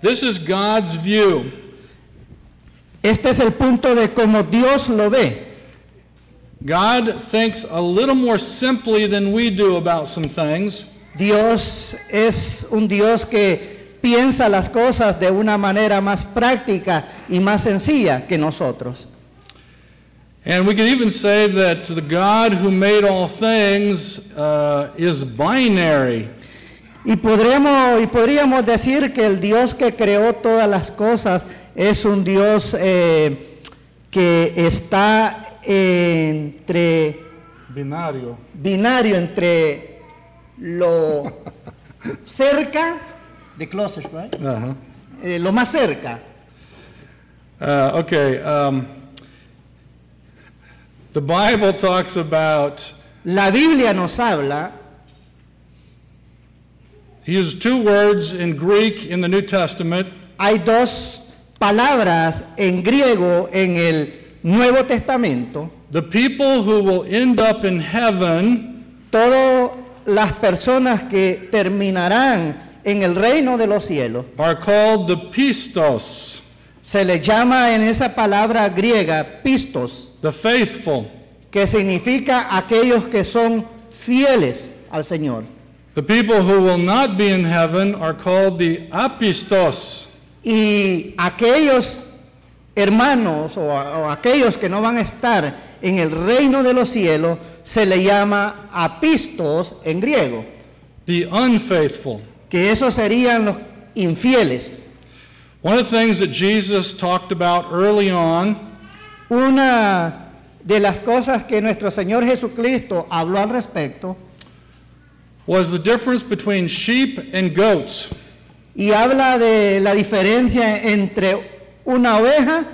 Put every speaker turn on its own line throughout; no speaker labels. This is God's view.
Este es el punto de cómo Dios lo ve.
God thinks a little more simply than we do about some things,
Dios es un Dios que piensa las cosas de una manera más práctica y más sencilla que nosotros.
and we could even say that the God who made all things uh, is binary.
Y podremos, y podríamos decir que el Dios que creó todas las cosas es un Dios eh, que está entre
Binario.
binario, entre lo cerca, the closest, right?
Uh-huh.
Eh, lo más cerca.
Uh, okay. Um, the Bible talks about
La Biblia nos habla,
He uses two words in Greek in the New Testament
hay dos palabras en griego en el Nuevo Testamento.
the people who will end up in heaven
Todas las personas que terminarán en el reino de los cielos,
are called the pistos,
se les llama en esa palabra griega pistos,
the faithful.
que significa aquellos que son fieles al Señor.
The people who will not be in heaven are called the apistos.
Y aquellos hermanos o, o aquellos que no van a estar en el reino de los cielos se le llama apistos en griego,
the unfaithful.
que esos serían los infieles.
One of the things that Jesus talked about early on
Una de las cosas que nuestro Señor Jesucristo habló al respecto
was the difference between sheep and goats.
y habla de la diferencia entre una oveja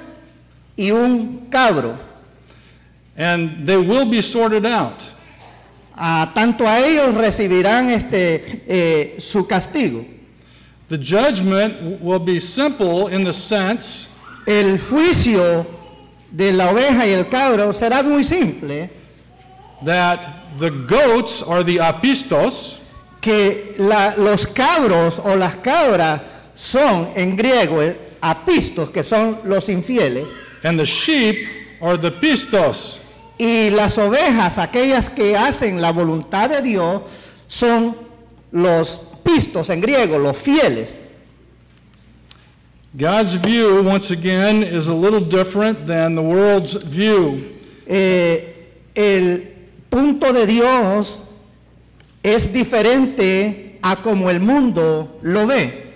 y un cabro.
And they will be sorted out.
A, tanto a ellos recibirán este, eh, su castigo.
The judgment w- will be simple in the sense
El juicio de la oveja y el cabro será muy simple,
that the goats are the apistos,
que la- los cabros o las cabras son en griego eh, apistos, que son los infieles,
and the sheep are the pistos.
y las ovejas, aquellas que hacen la voluntad de Dios, son los pistos en griego, los fieles.
God's view, once again, is a little different than the world's view.
Eh, el punto de Dios es diferente a como el mundo lo ve.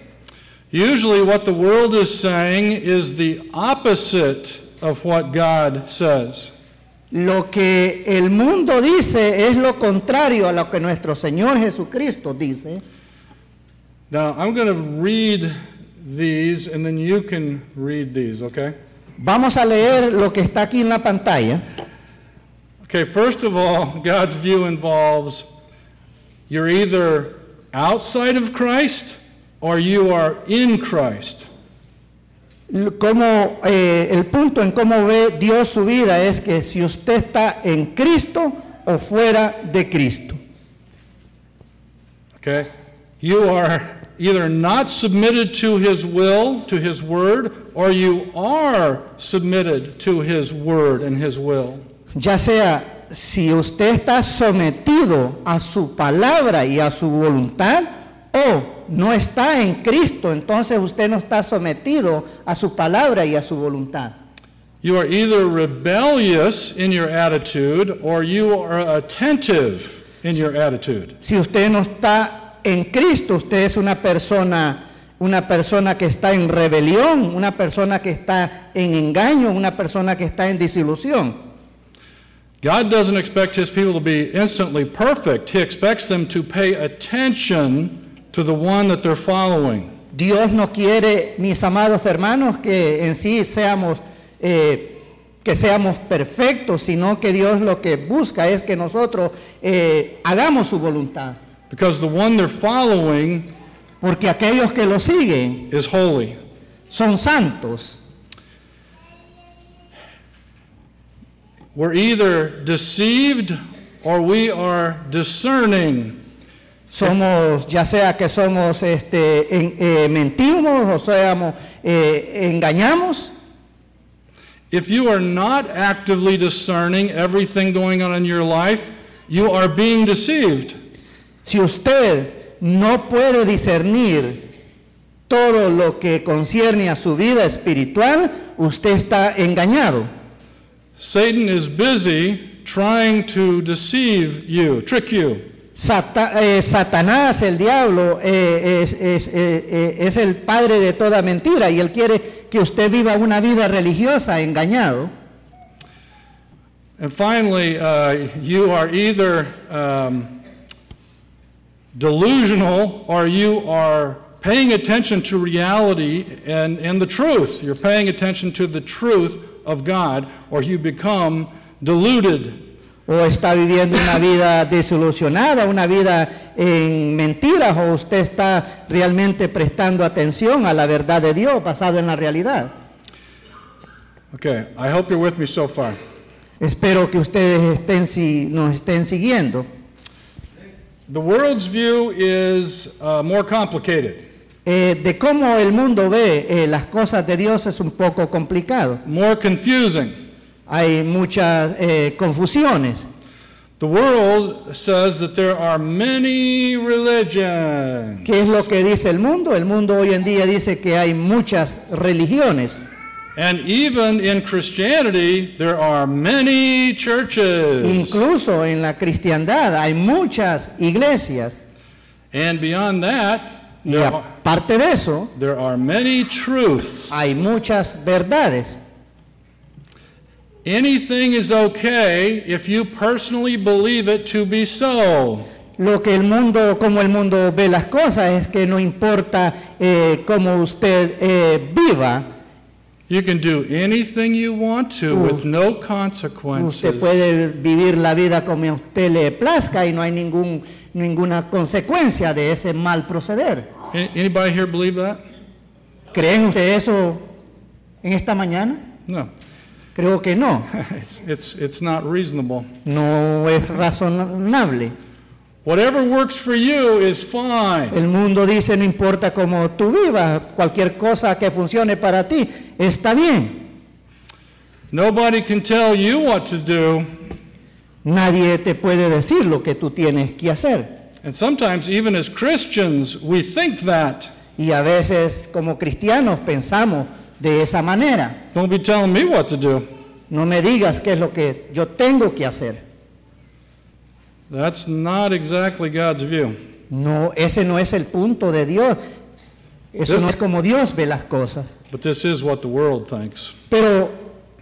Usually, what the world is saying is the opposite of what God says.
Lo que el mundo dice es lo contrario a lo que nuestro Señor Jesucristo dice.
Now, I'm going to read these and then you can read these, okay?
Vamos a leer lo que está aquí en la pantalla.
Okay, first of all, God's view involves you're either outside of Christ or you are in Christ.
L- Cómo, eh, el punto en cómo ve Dios su vida es que si usted está en Cristo o fuera de Cristo.
Okay? You are either not submitted to his will, to his word, or you are submitted to his word and his will.
Ya sea si usted está sometido a su palabra y a su voluntad o no está en Cristo, entonces usted no está sometido a su palabra y a su voluntad.
You are either rebellious in your attitude or you are attentive in your attitude.
Si usted no está en Cristo, usted es una persona, una persona que está en rebelión, una persona que está en engaño, una persona que está en desilusión.
God doesn't expect his people to be instantly perfect. He expects them to pay attention to the one that they're following.
Dios no quiere, mis amados hermanos, que en sí seamos, eh, que seamos perfectos, sino que Dios lo que busca es que nosotros eh, hagamos su voluntad,
Because the one they're following
porque aquellos que lo siguen
is holy.
son santos.
We're either deceived or we are discerning.
Somos, ya sea que somos, este, en- eh, mentimos o seamos, eh, engañamos.
If you are not actively discerning everything going on in your life, you are being deceived.
Si usted no puede discernir todo lo que concierne a su vida espiritual, usted está engañado.
Satan is busy trying to deceive you, trick you.
Sata- eh, Satanás, el diablo, eh, es, es, eh, eh, es el padre de toda mentira y él quiere que usted viva una vida religiosa engañado.
And finally, uh, you are either um, delusional or you are paying attention to reality and, and the truth. You're paying attention to the truth of God, or you become deluded.
O está viviendo una vida desilusionada, una vida en mentiras, o usted está realmente prestando atención a la verdad de Dios basado en la realidad.
Okay, I hope you're with me so far.
Espero que ustedes estén, si, nos estén siguiendo.
The world's view is uh, more complicated,
Eh, de cómo el mundo ve eh, las cosas de Dios es un poco complicado.
more confusing.
Hay muchas eh, confusiones.
The world says that there are many religions.
¿Qué es lo que dice el mundo? El mundo hoy en día dice que hay muchas religiones.
And even in Christianity, there are many churches.
Incluso en la cristiandad hay muchas iglesias.
And beyond that,
Y
there are,
aparte de eso,
there are many truths.
hay muchas verdades.
Anything is okay if you personally believe it to be so.
Lo que el mundo, como el mundo ve las cosas, es que no importa eh, cómo usted eh, viva,
You can do anything you want to with no
usted
consequences.
puede vivir la vida como a usted le plazca y no hay ningún, ninguna consecuencia de ese mal proceder.
An- Anybody here believe that?
¿Creen ustedes eso en esta mañana?
No.
Creo que no,
It's, it's, it's not reasonable.
no es razonable.
Whatever works for you is fine.
El mundo dice, no importa cómo tú vivas, cualquier cosa que funcione para ti está bien.
Nobody can tell you what to do.
Nadie te puede decir lo que tú tienes que hacer.
And sometimes, even as Christians, we think that.
Y a veces como cristianos pensamos de esa manera.
Don't be telling me what to do.
No me digas qué es lo que yo tengo que hacer.
That's not exactly God's view.
No, ese no es el punto de Dios. Eso no es como Dios ve las cosas.
But this is what the world thinks.
Pero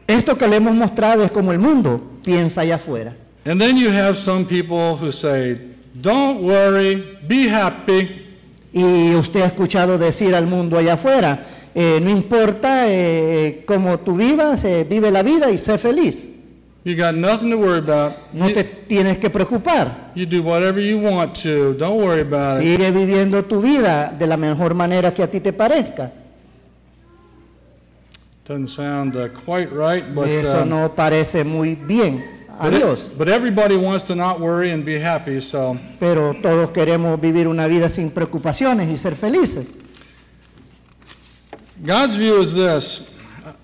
esto que le hemos mostrado es como el mundo piensa allá afuera.
And then you have some people who say, Don't worry, be happy.
Y usted ha escuchado decir al mundo allá afuera, eh, no importa eh, cómo tú vivas, eh, vive la vida y sé feliz.
You got nothing to worry about.
No te
You,
tienes que preocupar.
you do whatever you want to. Don't worry about it.
Sigue viviendo tu vida de la mejor manera que a ti te parezca.
Doesn't sound uh, quite right, but,
Eso
um,
no parece muy bien a
but, it-
Dios.
but everybody wants to not worry and be happy. So
Pero todos queremos vivir una vida sin preocupaciones y ser felices.
God's view is this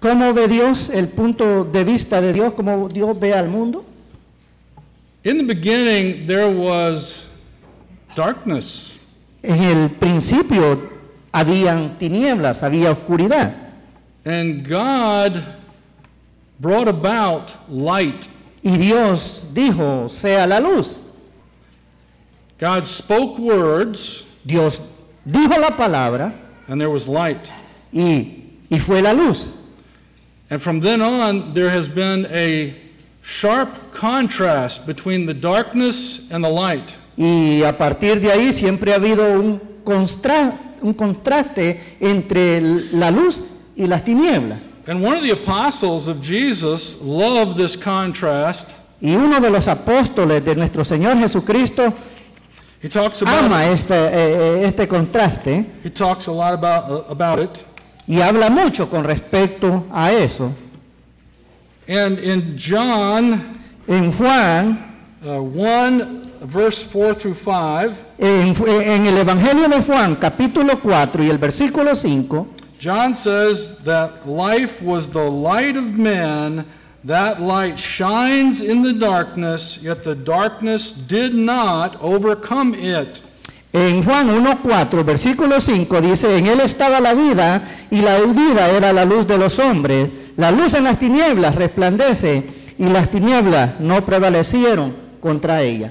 ¿Cómo ve Dios el punto de vista de Dios? ¿Cómo Dios ve al mundo?
In the beginning, there was darkness.
En el principio habían tinieblas, había oscuridad.
And God brought about light.
Y Dios dijo, sea la luz.
God spoke words,
Dios dijo la palabra
and there was light.
y, y fue la luz.
And from then on, there has been a sharp contrast between the darkness and the light.
Y a partir de ahí siempre ha habido un, constra- un contraste entre el- la luz y las tinieblas.
And one of the apostles of Jesus loved this contrast.
Y uno de los apóstoles de nuestro Señor Jesucristo
He talks about
ama este, eh, eh, este contraste
he talks a lot about uh, about it.
y habla mucho con respecto a eso.
And in John
En Juan
Uh, 1 verse 4 through 5,
En, en el Evangelio de Juan, capítulo 4 y el versículo 5,
John says that life was the light of man. That light shines in the darkness, yet the darkness did not overcome it.
en Juan 1.4, versículo 5, dice, en él estaba la vida y la vida era la luz de los hombres. La luz en las tinieblas resplandece y las tinieblas no prevalecieron contra ella.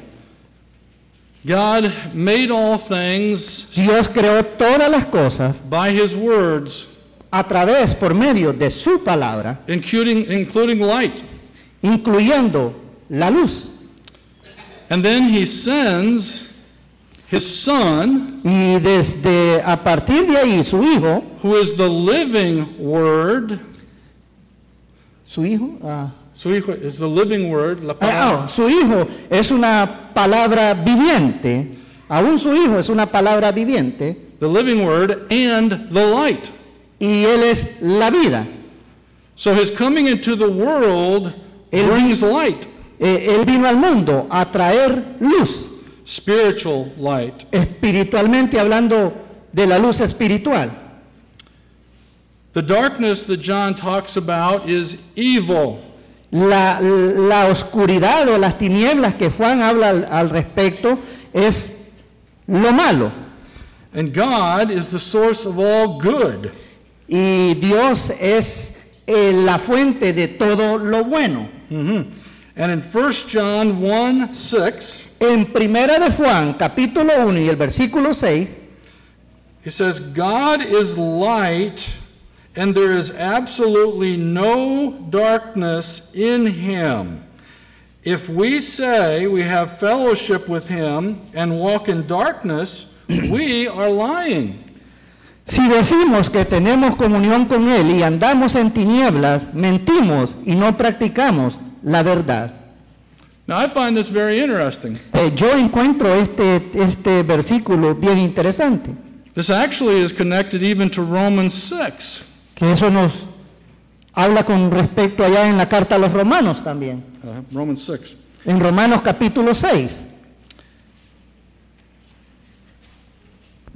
God made all things
Dios creó todas las cosas
by his words,
a través, por medio de su palabra,
including, including light.
incluyendo la luz.
And then he sends his son,
Y desde a partir de ahí su hijo,
who is the living word.
su hijo, ah,
Su hijo is the living word, la
ah,
palabra.
ah, su hijo es una palabra viviente. Aún su hijo es una palabra viviente
The living word and the light.
y él es la vida.
So his coming into the world
El-
brings light,
Eh, él vino al mundo a traer luz,
spiritual light.
espiritualmente hablando de la luz espiritual.
The darkness that John talks about is evil.
La, la oscuridad o las tinieblas que Juan habla al- al respecto es lo malo.
And God is the source of all good.
Y Dios es eh, la fuente de todo lo bueno.
Mhm. And in 1 John 1 6,
En Primera de Juan, capítulo 1 y el versículo 6,
he says, God is light, and there is absolutely no darkness in him. If we say we have fellowship with him and walk in darkness, we are lying
si decimos que tenemos comunión con Él y andamos en tinieblas, mentimos y no practicamos la verdad.
Now, I find this very interesting.
Eh, yo encuentro este, este versículo bien interesante,
This actually is connected even to Romans 6.
que eso nos habla con respecto allá en la carta a los romanos también,
Uh, Romans 6.
en Romanos capítulo 6.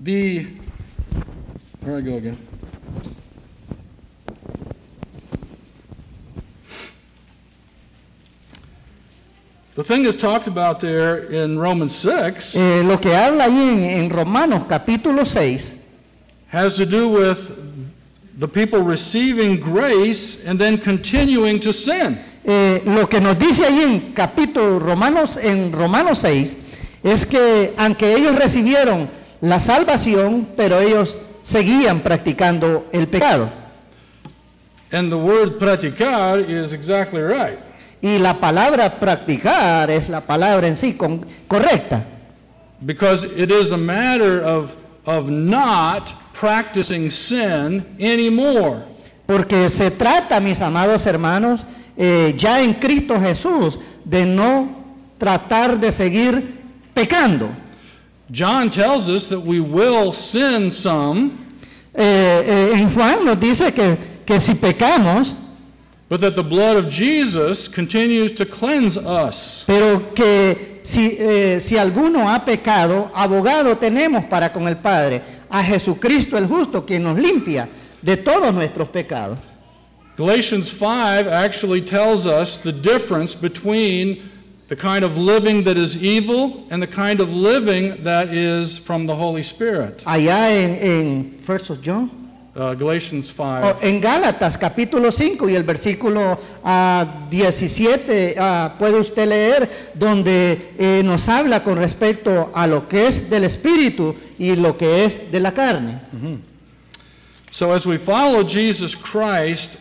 The, there I go again. The thing that's talked about there in Romans 6
Eh, lo que habla ahí en, en Romanos capítulo 6
has to do with the people receiving grace and then continuing to sin.
Eh, lo que nos dice ahí en capítulo Romanos, en Romanos 6, es que aunque ellos recibieron la salvación, pero ellos seguían practicando el pecado.
And the word praticar is exactly right.
Y la palabra practicar es la palabra en sí con- correcta,
Because it is a matter of, of not practicing sin anymore.
porque se trata, mis amados hermanos, eh, ya en Cristo Jesús, de no tratar de seguir pecando.
John tells us that we will sin some,
Eh, eh, en Juan nos dice que, que si pecamos,
but that the blood of Jesus continues to cleanse us.
Pero que si, eh, si alguno ha pecado, abogado tenemos para con el Padre, a Jesucristo el justo, quien nos limpia de todos nuestros pecados.
Galatians 5 actually tells us the difference between the kind of living that is evil and the kind of living that is from the Holy Spirit.
Allá en, en First of John,
Uh, Galatians 5.
o en Gálatas capítulo 5 y el versículo ah, 17, ah, puede usted leer, donde eh, nos habla con respecto a lo que es del Espíritu y lo que es de la carne.
So as we follow Jesus Christ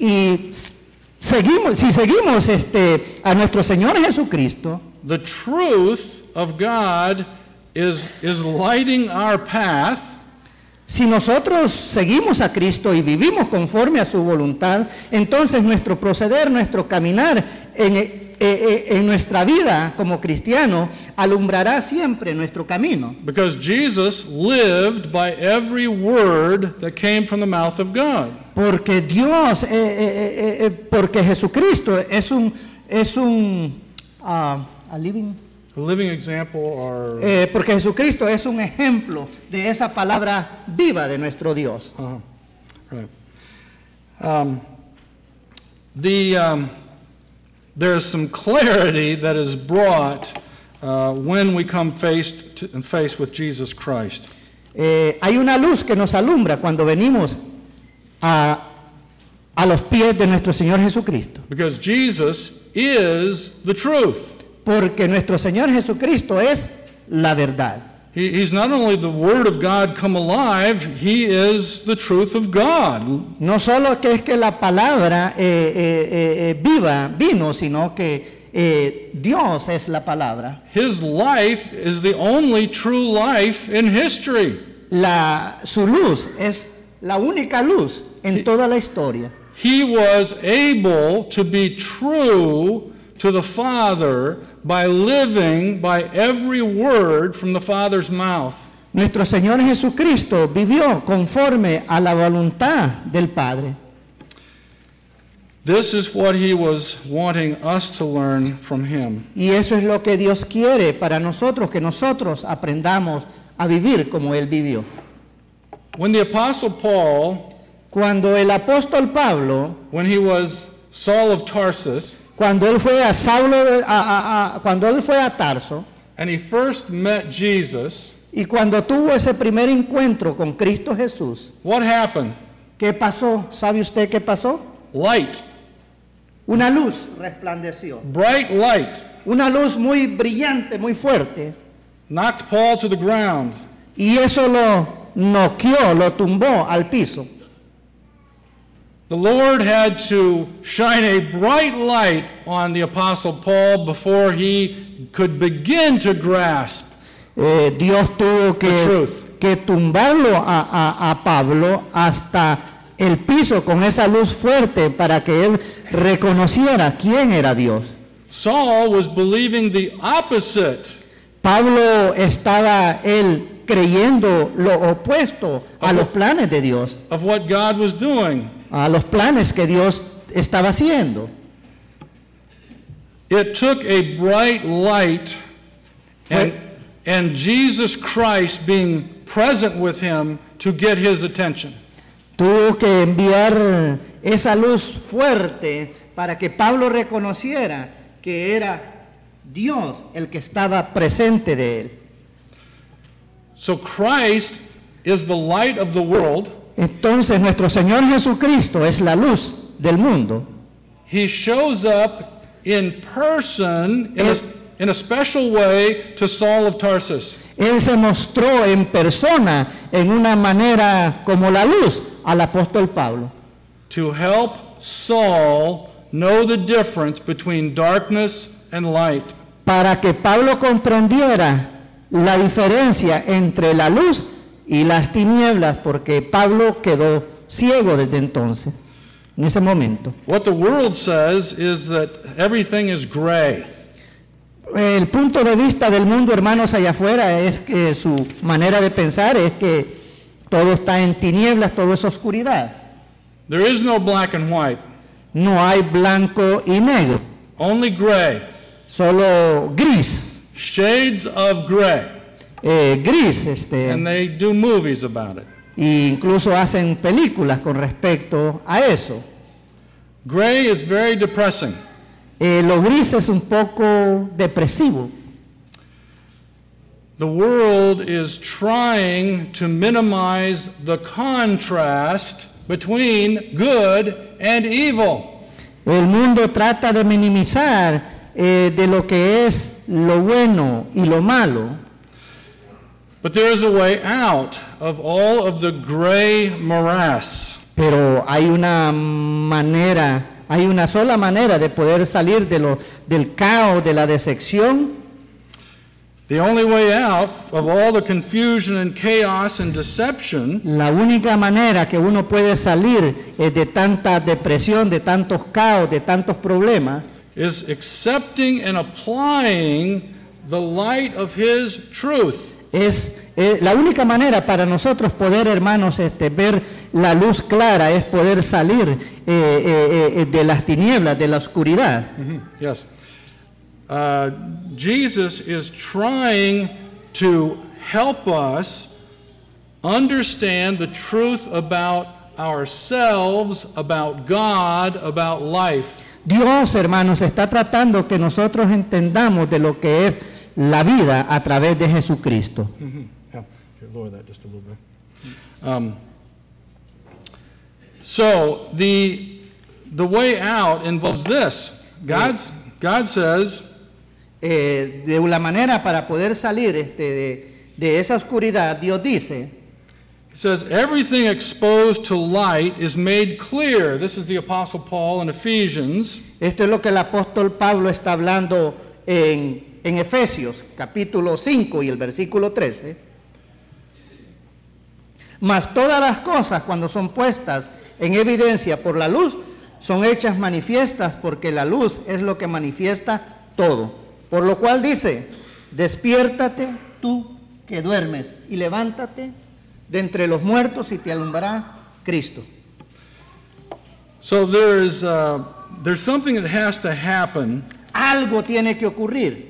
Y s- seguimos, si seguimos este, a nuestro Señor Jesucristo,
The truth of God is, is lighting our path,
si nosotros seguimos a Cristo y vivimos conforme a su voluntad, entonces nuestro proceder, nuestro caminar en, eh, eh, en nuestra vida como cristiano alumbrará siempre nuestro camino.
because Jesus lived by every word that came from the mouth of God.
Porque Dios, eh, eh, eh, eh, eh, porque Jesucristo es un, es un, ah, a living-
A living example are.
Eh, porque Jesucristo es un ejemplo de esa palabra viva de nuestro Dios.
Uh-huh. Right. Um, the, um, there's some clarity that is brought uh, when we come face to, and face with Jesus Christ.
Eh, hay una luz que nos alumbra cuando venimos a, a los pies de nuestro Señor Jesucristo.
Because Jesus is the truth.
Porque nuestro Señor Jesucristo es la verdad.
He, he's not only the Word of God come alive, He is the truth of God.
No solo que es que la palabra eh, eh, eh, eh, viva vino, sino que eh, Dios es la palabra.
His life is the only true life in history.
La, su luz es la única luz en toda la historia.
He was able to be true to the Father by living by every word from the Father's mouth.
Nuestro Señor Jesucristo vivió conforme a la voluntad del Padre.
This is what He was wanting us to learn from Him.
Y eso es lo que Dios quiere para nosotros, que nosotros aprendamos a vivir como Él vivió.
When the Apostle Paul,
Cuando el apóstol Pablo,
when he was Saul of Tarsus,
cuando él fue a Saulo, de- a- a- a- cuando él fue a Tarso,
and he first met Jesus,
y cuando tuvo ese primer encuentro con Cristo Jesús,
what happened?
¿qué pasó? ¿Sabe usted qué pasó?
Light,
Una luz resplandeció.
bright light,
Una luz muy brillante, muy fuerte.
knocked Paul to the ground.
Y eso lo noqueó, lo tumbó al piso.
The Lord had to shine a bright light on the Apostle Paul before he could begin to grasp
Eh, Dios tuvo
The
que,
truth.
que tumbarlo a, a- a Pablo hasta el piso con esa luz fuerte para que él reconociera quién era Dios.
Saul was believing the opposite
Pablo estaba él creyendo lo opuesto a los planes de Dios,
of what God was doing.
a los planes que Dios estaba haciendo.
It took a bright light and, and Jesus Christ being present with him to get his attention.
Tuvo que enviar esa luz fuerte para que Pablo reconociera que era Dios el que estaba presente de él.
So Christ is the light of the world.
Entonces nuestro Señor Jesucristo es la luz del mundo.
He shows up in person in a, in a special way to Saul of Tarsus.
Él se mostró en persona, en una manera como la luz, al apóstol Pablo,
to help Saul know the difference between darkness and light.
para que Pablo comprendiera la diferencia entre la luz y las tinieblas, porque Pablo quedó ciego desde entonces, en ese momento.
What the world says is that everything is gray.
El punto de vista del mundo, hermanos, allá afuera es que su manera de pensar es que todo está en tinieblas, todo es oscuridad.
There is no black and white,
No hay blanco y negro,
only gray.
solo gris,
Shades of gray.
eh, gris, este,
And they do movies about it.
e incluso hacen películas con respecto a eso.
Gray is very depressing.
Eh, lo gris es un poco depresivo.
The world is trying to minimize the contrast between good and evil.
El mundo trata de minimizar eh, de lo que es lo bueno y lo malo,
But there is a way out of all of the gray morass.
Pero hay una manera, hay una sola manera de poder salir de lo, del caos, de la decepción.
The only way out of all the confusion and chaos and deception
La única manera que uno puede salir eh, de tanta depresión, de tantos caos, de tantos problemas,
is accepting and applying the light of His truth.
es eh, la única manera para nosotros poder, hermanos, este, ver la luz clara, es poder salir eh, eh, eh, de las tinieblas, de la oscuridad.
Yes. uh, Jesus is trying to help us understand the truth about ourselves, about God, about life.
Dios, hermanos, está tratando que nosotros entendamos de lo que es la vida a través de Jesucristo.
Yeah, here, lower that just a little bit. Um, so the the way out involves this. God's God says,
Eh, de una manera para poder salir este, de, de esa oscuridad, Dios dice,
He says everything exposed to light is made clear. This is the Apostle Paul in Ephesians.
esto es lo que el apóstol Pablo está hablando en, en Efesios capítulo 5 y el versículo 13, mas todas las cosas cuando son puestas en evidencia por la luz, son hechas manifiestas porque la luz es lo que manifiesta todo. Por lo cual dice, despiértate tú que duermes y levántate de entre los muertos y te alumbrará Cristo.
So there is uh, there's something that has to happen
Algo tiene que ocurrir.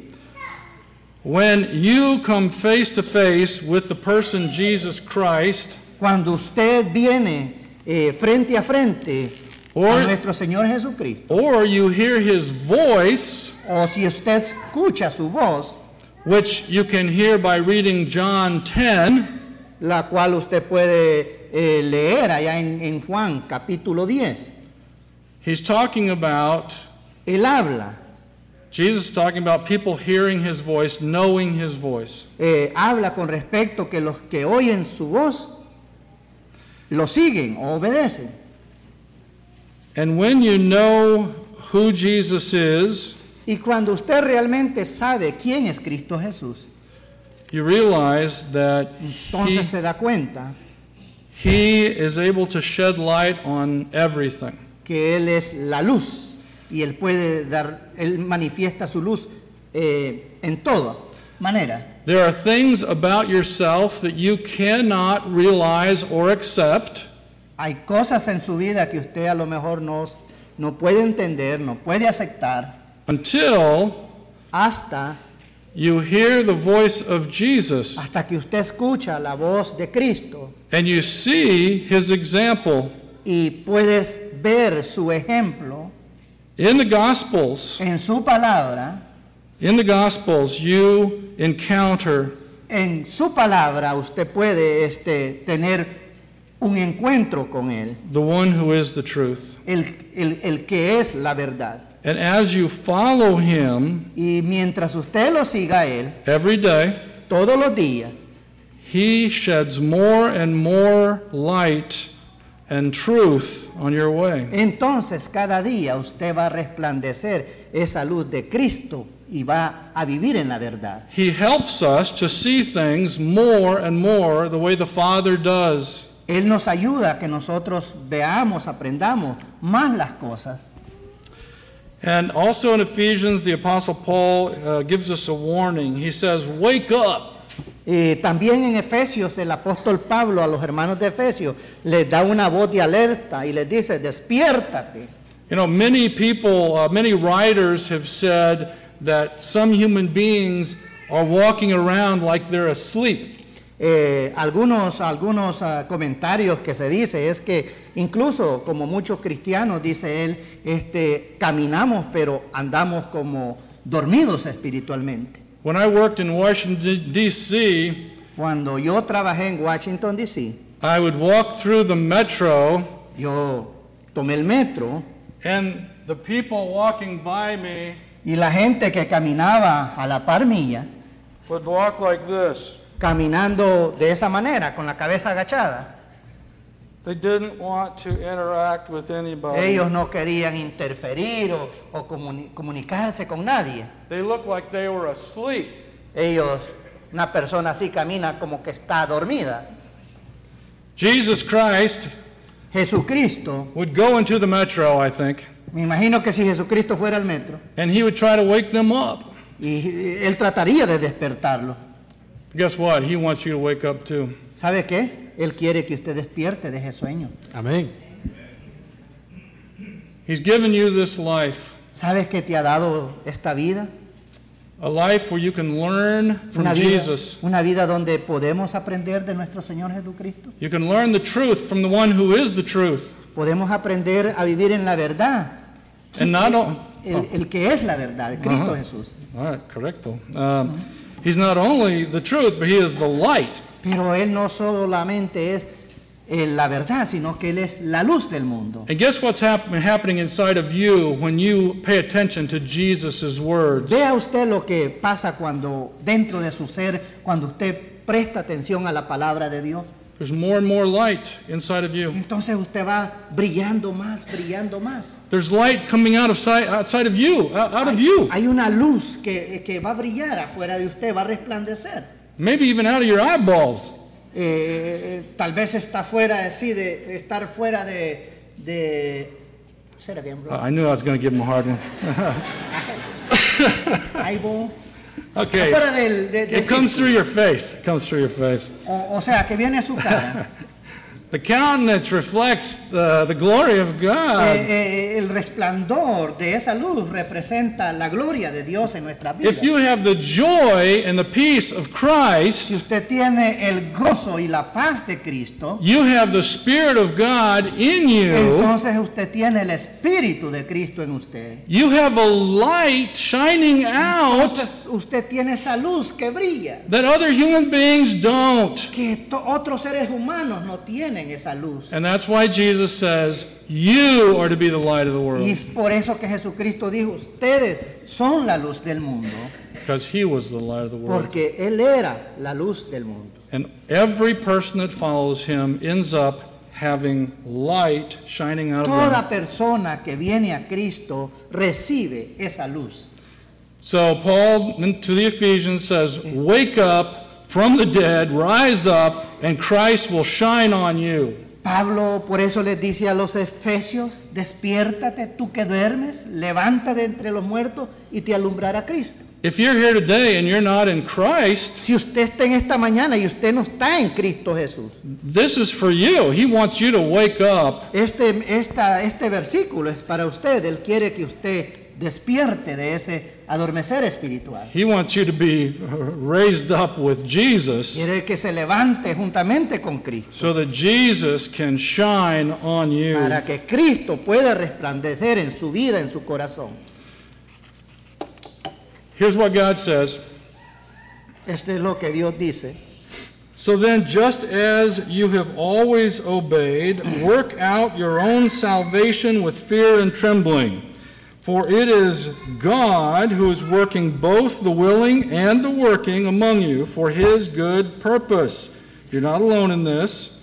when you come face to face with the person Jesus Christ,
Cuando usted viene eh, frente a frente
Or-
a nuestro Señor Jesucristo,
or you hear His voice,
o si usted escucha su voz,
which you can hear by reading John 10.
la cual usted puede eh, leer allá en, en Juan capítulo 10,
He's talking about
él habla,
Jesus is talking about people hearing His voice, knowing His voice.
eh, habla con respecto que los que oyen su voz lo siguen o obedecen.
And when you know who Jesus is,
Y cuando usted realmente sabe quién es Cristo Jesús,
you realize that
entonces
He,
se da cuenta
he is able to shed light on everything.
que Él es la luz y Él puede dar, Él manifiesta su luz eh, en toda manera.
There are things about yourself that you cannot realize or accept.
Hay cosas en su vida que usted a lo mejor no, no puede entender, no puede aceptar,
until
hasta,
you hear the voice of Jesus
hasta que usted escucha la voz de Cristo
and you see his example.
y puedes ver su ejemplo
In the Gospels,
en su palabra.
in the Gospels, you encounter
En su palabra usted puede este, tener un encuentro con Él,
the one who is the truth.
el- el- el que es la verdad.
And as you follow him
Y mientras usted lo siga a él
every day,
todos los días,
he sheds more and more light and truth on your way.
entonces cada día usted va a resplandecer esa luz de Cristo y va a vivir en la verdad.
He helps us to see things more and more the way the Father does.
Él nos ayuda a que nosotros veamos, aprendamos más las cosas.
And also in Ephesians, the Apostle Paul uh, gives us a warning. He says, Wake up!
Eh, también en Efesios el apóstol Pablo a los hermanos de Efesios les da una voz de alerta y les dice, despiértate.
You know, many people, uh, many writers have said that some human beings are walking around like they're asleep.
Eh, algunos algunos ah, comentarios que se dice es que incluso como muchos cristianos dice él este caminamos pero andamos como dormidos espiritualmente
When I worked in Washington, D.C.,
cuando yo trabajé en Washington D.C.
I would walk through the metro,
yo tomé el metro
and the people walking by me
y la gente que caminaba a la par mía
would walk like this.
caminando de esa manera con la cabeza agachada
They didn't want to interact with anybody.
ellos no querían interferir o, o comuni- comunicarse con nadie
They looked like they were asleep.
Ellos, una persona así camina como que está dormida.
Jesus Christ
Jesucristo,
would go into the metro, I think,
me imagino que si Jesucristo fuera al metro,
and he would try to wake them up.
y él trataría de despertarlo.
Guess what? He wants you to wake up too.
¿Sabe qué? Él quiere que usted despierte de ese sueño.
Amén.
He's given you this life.
¿Sabes que te ha dado esta vida?
A life where you can learn from
Una vida,
Jesus.
una vida donde podemos aprender de nuestro Señor Jesucristo.
You can learn the truth from the one who is the truth.
Podemos aprender a vivir en la verdad.
And not o-
El, el que es la verdad, el Cristo
Oh. Ajá.
Jesús.
All right, correcto. Um, he's not only the truth, but he is the light.
Pero Él no solamente es eh, la verdad, sino que Él es la luz del mundo.
And guess what's hap- happening inside of you when you pay attention to Jesus' words?
Vea usted lo que pasa cuando dentro de su ser, cuando usted presta atención a la palabra de Dios.
There's more and more light inside of you.
Entonces usted va brillando más, brillando más.
There's light coming out of sight, outside of you, out, out of you.
Hay una luz que, que va a brillar afuera de usted, va a resplandecer.
Maybe even out of your eyeballs.
Eh, eh, tal vez está fuera así de estar fuera de, de será bien
Uh, I knew I was going to give him a hard one.
eyeball.
Okay.
Fuera del, de- del
It comes
círculo.
through your face. It comes through your face.
o, o sea que viene a su cara
The countenance reflects the, the glory of God.
Eh, eh, el resplandor de esa luz representa la gloria de Dios en nuestra vida
If you have the joy and the peace of
si
Christ,
usted tiene el gozo y la paz de Cristo
you have the Spirit of God in you.
entonces usted tiene el espíritu de Cristo en usted
You have a light shining out
entonces usted tiene esa luz que brilla
that other human beings don't.
que to- otros seres humanos no tienen esa luz
And that's why Jesus says, You are to be the light of the
Y
world.
es por eso que Jesucristo dijo, ustedes son la luz del mundo,
Because He was the light of the world.
porque Él era la luz del mundo.
And every person that follows Him ends up having light shining out of them.
Toda persona que viene a Cristo recibe esa luz.
So Paul to the Ephesians says, "Wake up from the dead, rise up, and Christ will shine on you."
Pablo por eso les dice a los efesios, despiértate tú que duermes, levántate entre los muertos y te alumbrará Cristo.
If you're here today and you're not in Christ,
Si usted está en esta mañana y usted no está en Cristo Jesús,
this is for you. He wants you to wake up.
este, esta- este versículo es para usted, Él quiere que usted despierte de ese adormecer espiritual.
He wants you to be raised up with Jesus
Quiere que se levante juntamente con Cristo
so that Jesus can shine on you.
para que Cristo pueda resplandecer en su vida, en su corazón.
Here's what God says.
Esto es lo que Dios dice.
So then, just as you have always obeyed, work out your own salvation with fear and trembling. For it is God who is working both the willing and the working among you for his good purpose. You're not alone in this.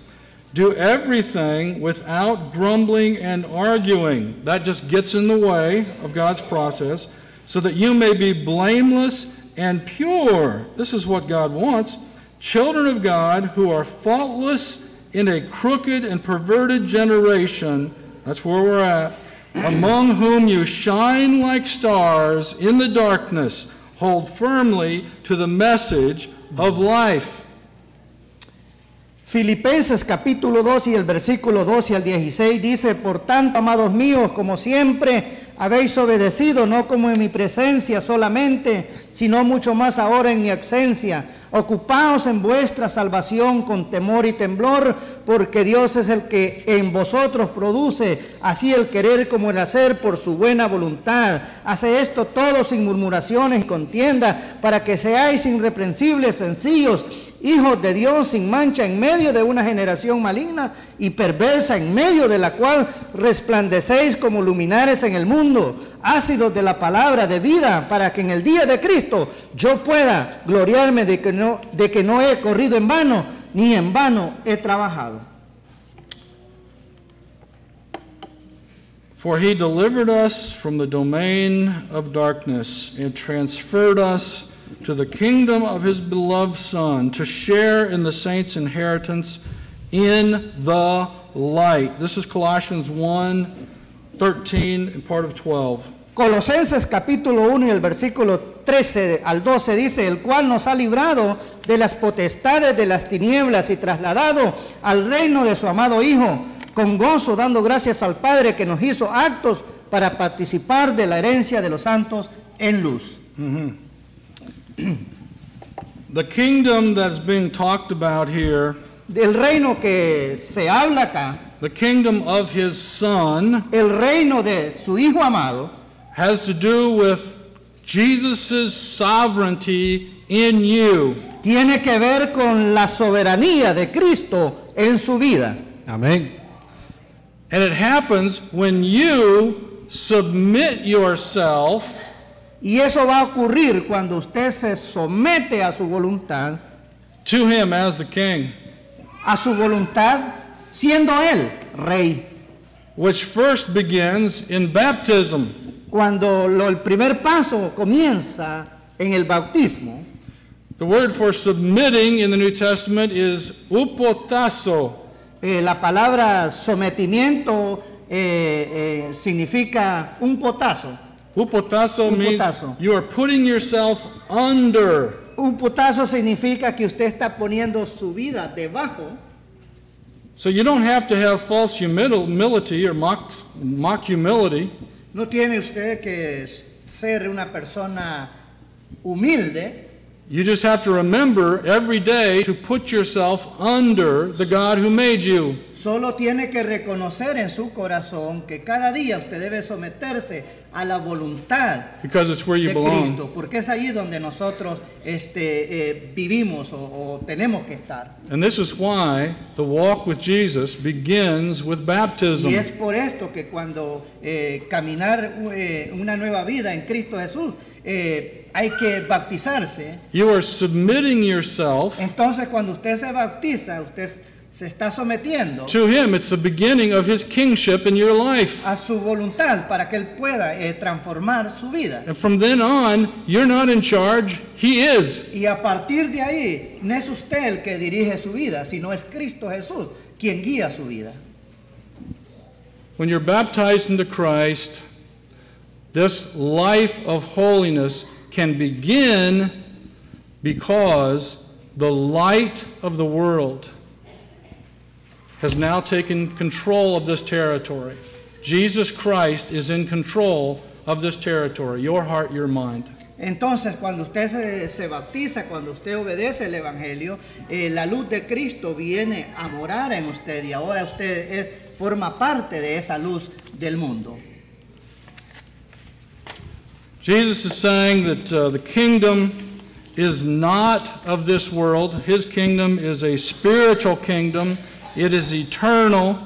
Do everything without grumbling and arguing. That just gets in the way of God's process, so that you may be blameless and pure. This is what God wants. Children of God who are faultless in a crooked and perverted generation. That's where we're at. Among whom you shine like stars in the darkness. Hold firmly to the message of life.
Filipenses capítulo 2 y el versículo 12 al 16 dice, por tanto, amados míos, como siempre habéis obedecido, no como en mi presencia solamente, sino mucho más ahora en mi ausencia. Ocupaos en vuestra salvación con temor y temblor, porque Dios es el que en vosotros produce así el querer como el hacer por su buena voluntad. Hace esto todo sin murmuraciones y contienda, para que seáis irreprensibles, sencillos, hijos de Dios sin mancha en medio de una generación maligna y perversa en medio de la cual resplandecéis como luminares en el mundo, ácidos de la palabra de vida, para que en el día de Cristo yo pueda gloriarme de que no, de que no he corrido en vano, ni en vano he trabajado.
For he delivered us from the domain of darkness and transferred us to the kingdom of his beloved Son to share in the saints' inheritance in the light. This is Colossians 1 13 and part of 12.
Colosenses capítulo 1 y el versículo 13 al 12 dice, el cual nos ha librado de las potestades de las tinieblas y trasladado al reino de su amado Hijo, con gozo dando gracias al Padre que nos hizo actos para participar de la herencia de los santos en luz.
The kingdom that's being talked about here,
El reino que se habla acá,
the kingdom of his son,
el reino de su Hijo amado,
has to do with Jesus' sovereignty in you.
tiene que ver con la soberanía de Cristo en su vida.
Amén.
And it happens when you submit yourself
Y eso va a ocurrir cuando usted se somete a su voluntad,
to him as the king,
a su voluntad siendo Él rey.
which first begins in baptism.
Cuando lo- el primer paso comienza en el bautismo,
The word for submitting in the New Testament is upotasso.
eh, la palabra sometimiento eh, eh, significa un potazo.
Upotasso means
Upotasso.
you are putting yourself under.
Un potazo significa que usted está poniendo su vida debajo.
So you don't have to have false humil- humility or mock, mock humility.
No tiene usted que ser una persona humilde,
You just have to remember every day to put yourself under the God who made you.
Solo tiene que reconocer en su corazón que cada día usted debe someterse a la voluntad
Because it's where you
de
belong.
Cristo, porque es allí donde nosotros este, eh, vivimos o, o tenemos que estar.
And this is why the walk with Jesus begins with baptism.
Y es por esto que cuando eh, caminar eh, una nueva vida en Cristo Jesús, eh, hay que bautizarse.
You are submitting yourself
Entonces cuando usted se bautiza, usted se está sometiendo
to Him. It's the beginning of His kingship in your life.
a su voluntad para que Él pueda eh, transformar su vida.
And from then on, you're not in charge, He is.
Y a partir de ahí, no es usted el que dirige su vida, sino es Cristo Jesús quien guía su vida.
When you're baptized into Christ, this life of holiness can begin because the light of the world has now taken control of this territory. Jesus Christ is in control of this territory, your heart, your mind.
Entonces, cuando usted se, se bautiza, cuando usted obedece el Evangelio, eh, la luz de Cristo viene a morar en usted y ahora usted es, forma parte de esa luz del mundo.
Jesus is saying that uh, the kingdom is not of this world. His kingdom is a spiritual kingdom, it is eternal,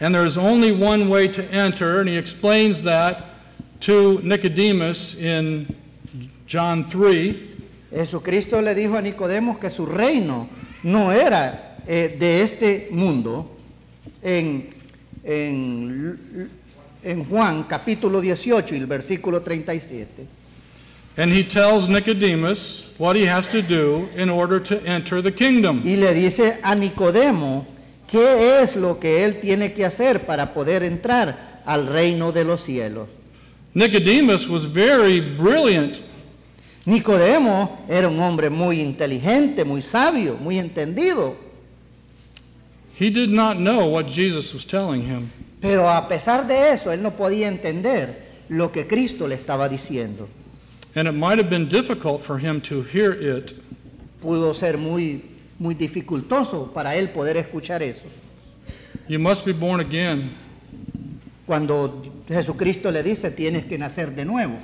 and there is only one way to enter. And he explains that to Nicodemus in John 3.
Jesucristo le dijo a Nicodemos que su reino no era eh, de este mundo. En, en- en Juan capítulo 18 y el versículo 37.
And he tells Nicodemus what he has to do in order to enter the kingdom.
Y le dice a Nicodemo qué es lo que él tiene que hacer para poder entrar al reino de los cielos.
Nicodemus was very brilliant.
Nicodemo era un hombre muy inteligente, muy sabio, muy entendido,
He did not know what Jesus was telling him.
pero a pesar de eso él no podía entender lo que Cristo le estaba diciendo.
And it might have been difficult for him to hear it,
Pudo ser muy muy dificultoso para él poder escuchar eso.
You must be born again.
Cuando Jesucristo le dice, tienes que nacer de nuevo.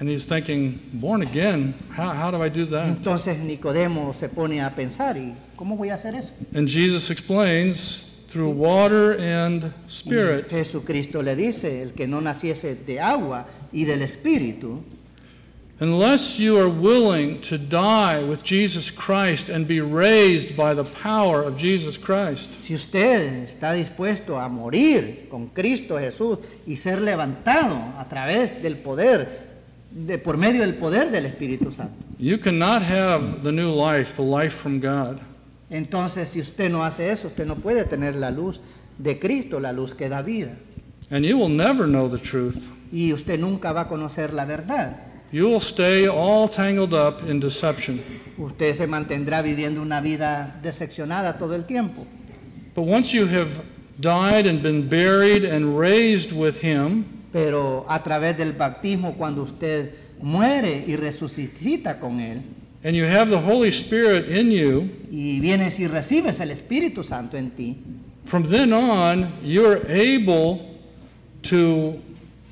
And he's thinking, born again? How, how do I do that?
Entonces Nicodemo se pone a pensar, ¿y cómo voy a hacer eso?
And Jesus explains through water and spirit.
Jesucristo le dice, el que no naciese de agua y del espíritu,
Unless you are willing to die with Jesus Christ and be raised by the power of Jesus Christ,
si usted está dispuesto a morir con Cristo Jesús y ser levantado a través del poder, de, por medio del poder del Espíritu Santo,
you cannot have the new life, the life from God.
entonces si usted no hace eso, usted no puede tener la luz de Cristo, la luz que da vida.
And you will never know the truth.
Y usted nunca va a conocer la verdad.
You will stay all tangled up in deception.
Usted se mantendrá viviendo una vida decepcionada todo el tiempo.
But once you have died and been buried and raised with Him,
Pero a través del bautismo, cuando usted muere y resucita con Él,
and you have the Holy Spirit in you,
y vienes y recibes el Espíritu Santo en ti,
from then on, you're able to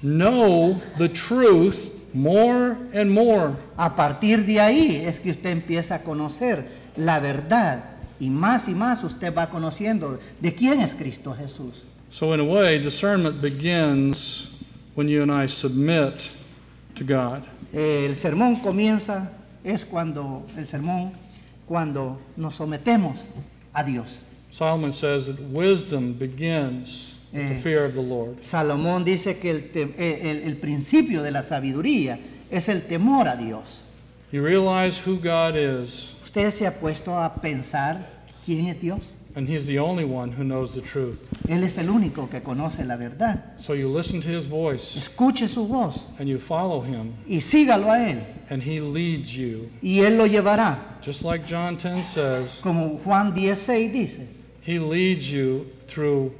know the truth more and more.
a partir de ahí es que usted empieza a conocer la verdad y más y más usted va conociendo de quién es Cristo Jesús.
So, in a way, discernment begins when you and I submit to God.
Eh, El sermón comienza, es cuando el sermón, cuando nos sometemos a Dios.
Solomon says that wisdom begins with the
Yes.
fear of the Lord.
Salomón dice que el, tem- eh, el- el principio de la sabiduría es el temor a Dios.
You realize who God is,
¿Usted se ha puesto a pensar quién es Dios?
and He's the only one who knows the truth.
Él es el único que conoce la verdad.
So you listen to His voice
Escuche su voz
and you follow Him,
y sígalo a Él
and He leads you.
y Él lo llevará.
Just like John 10 says,
Como Juan 16 dice,
He leads you through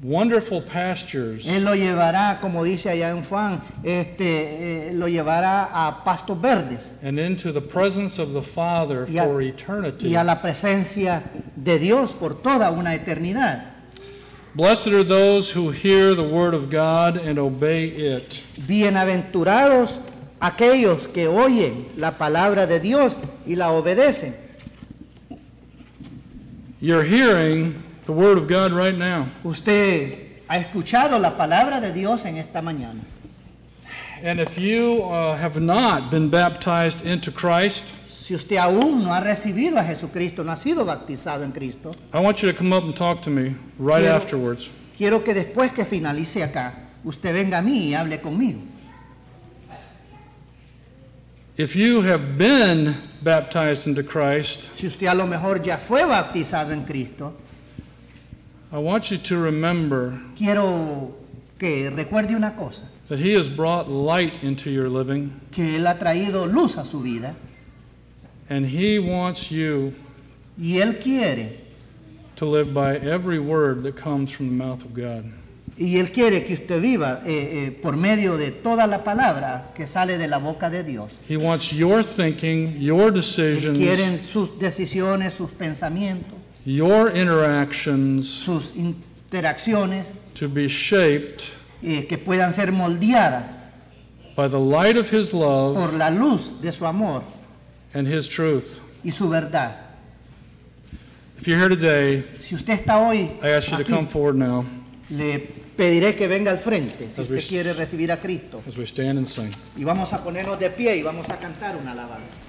wonderful pastures
Él lo llevará, como dice allá en Juan, este, eh, lo llevará a pastos verdes.
and into the presence of the Father
Y a-
for eternity.
y a la presencia de Dios por toda una eternidad.
Blessed are those who hear the word of God and obey it.
Bienaventurados aquellos que oyen la palabra de Dios y la obedecen.
You're hearing the word of God right now.
Usted ha escuchado la palabra de Dios en esta mañana.
And if you uh, have not been baptized into Christ,
Si usted aún no ha recibido a Jesucristo, no ha sido bautizado en Cristo,
I want you to come up and talk to me right
Quiero-
afterwards.
quiero que después que finalice acá, usted venga a mí y hable conmigo.
If you have been baptized into Christ,
Si usted a lo mejor ya fue bautizado en Cristo,
I want you to remember
quiero que recuerde una cosa.
that He has brought light into your living,
que Él ha traído luz a su vida
and He wants you
y Él quiere,
to live by every word that comes from the mouth of God.
y Él quiere que usted viva eh, eh, por medio de toda la palabra que sale de la boca de Dios.
He wants your thinking, your
Él
decisions,
quiere sus decisiones, sus pensamientos,
your interactions
sus interacciones
to be shaped
eh, que puedan ser moldeadas
by the light of His love
por la luz de su amor
and His truth.
y su verdad.
If you're here today,
Si usted está hoy,
I ask you to
aquí,
come forward now
le pediré que venga al frente si
As we
usted quiere recibir a Cristo.
as we stand and sing.
Y vamos a ponernos de pie y vamos a cantar una alabanza.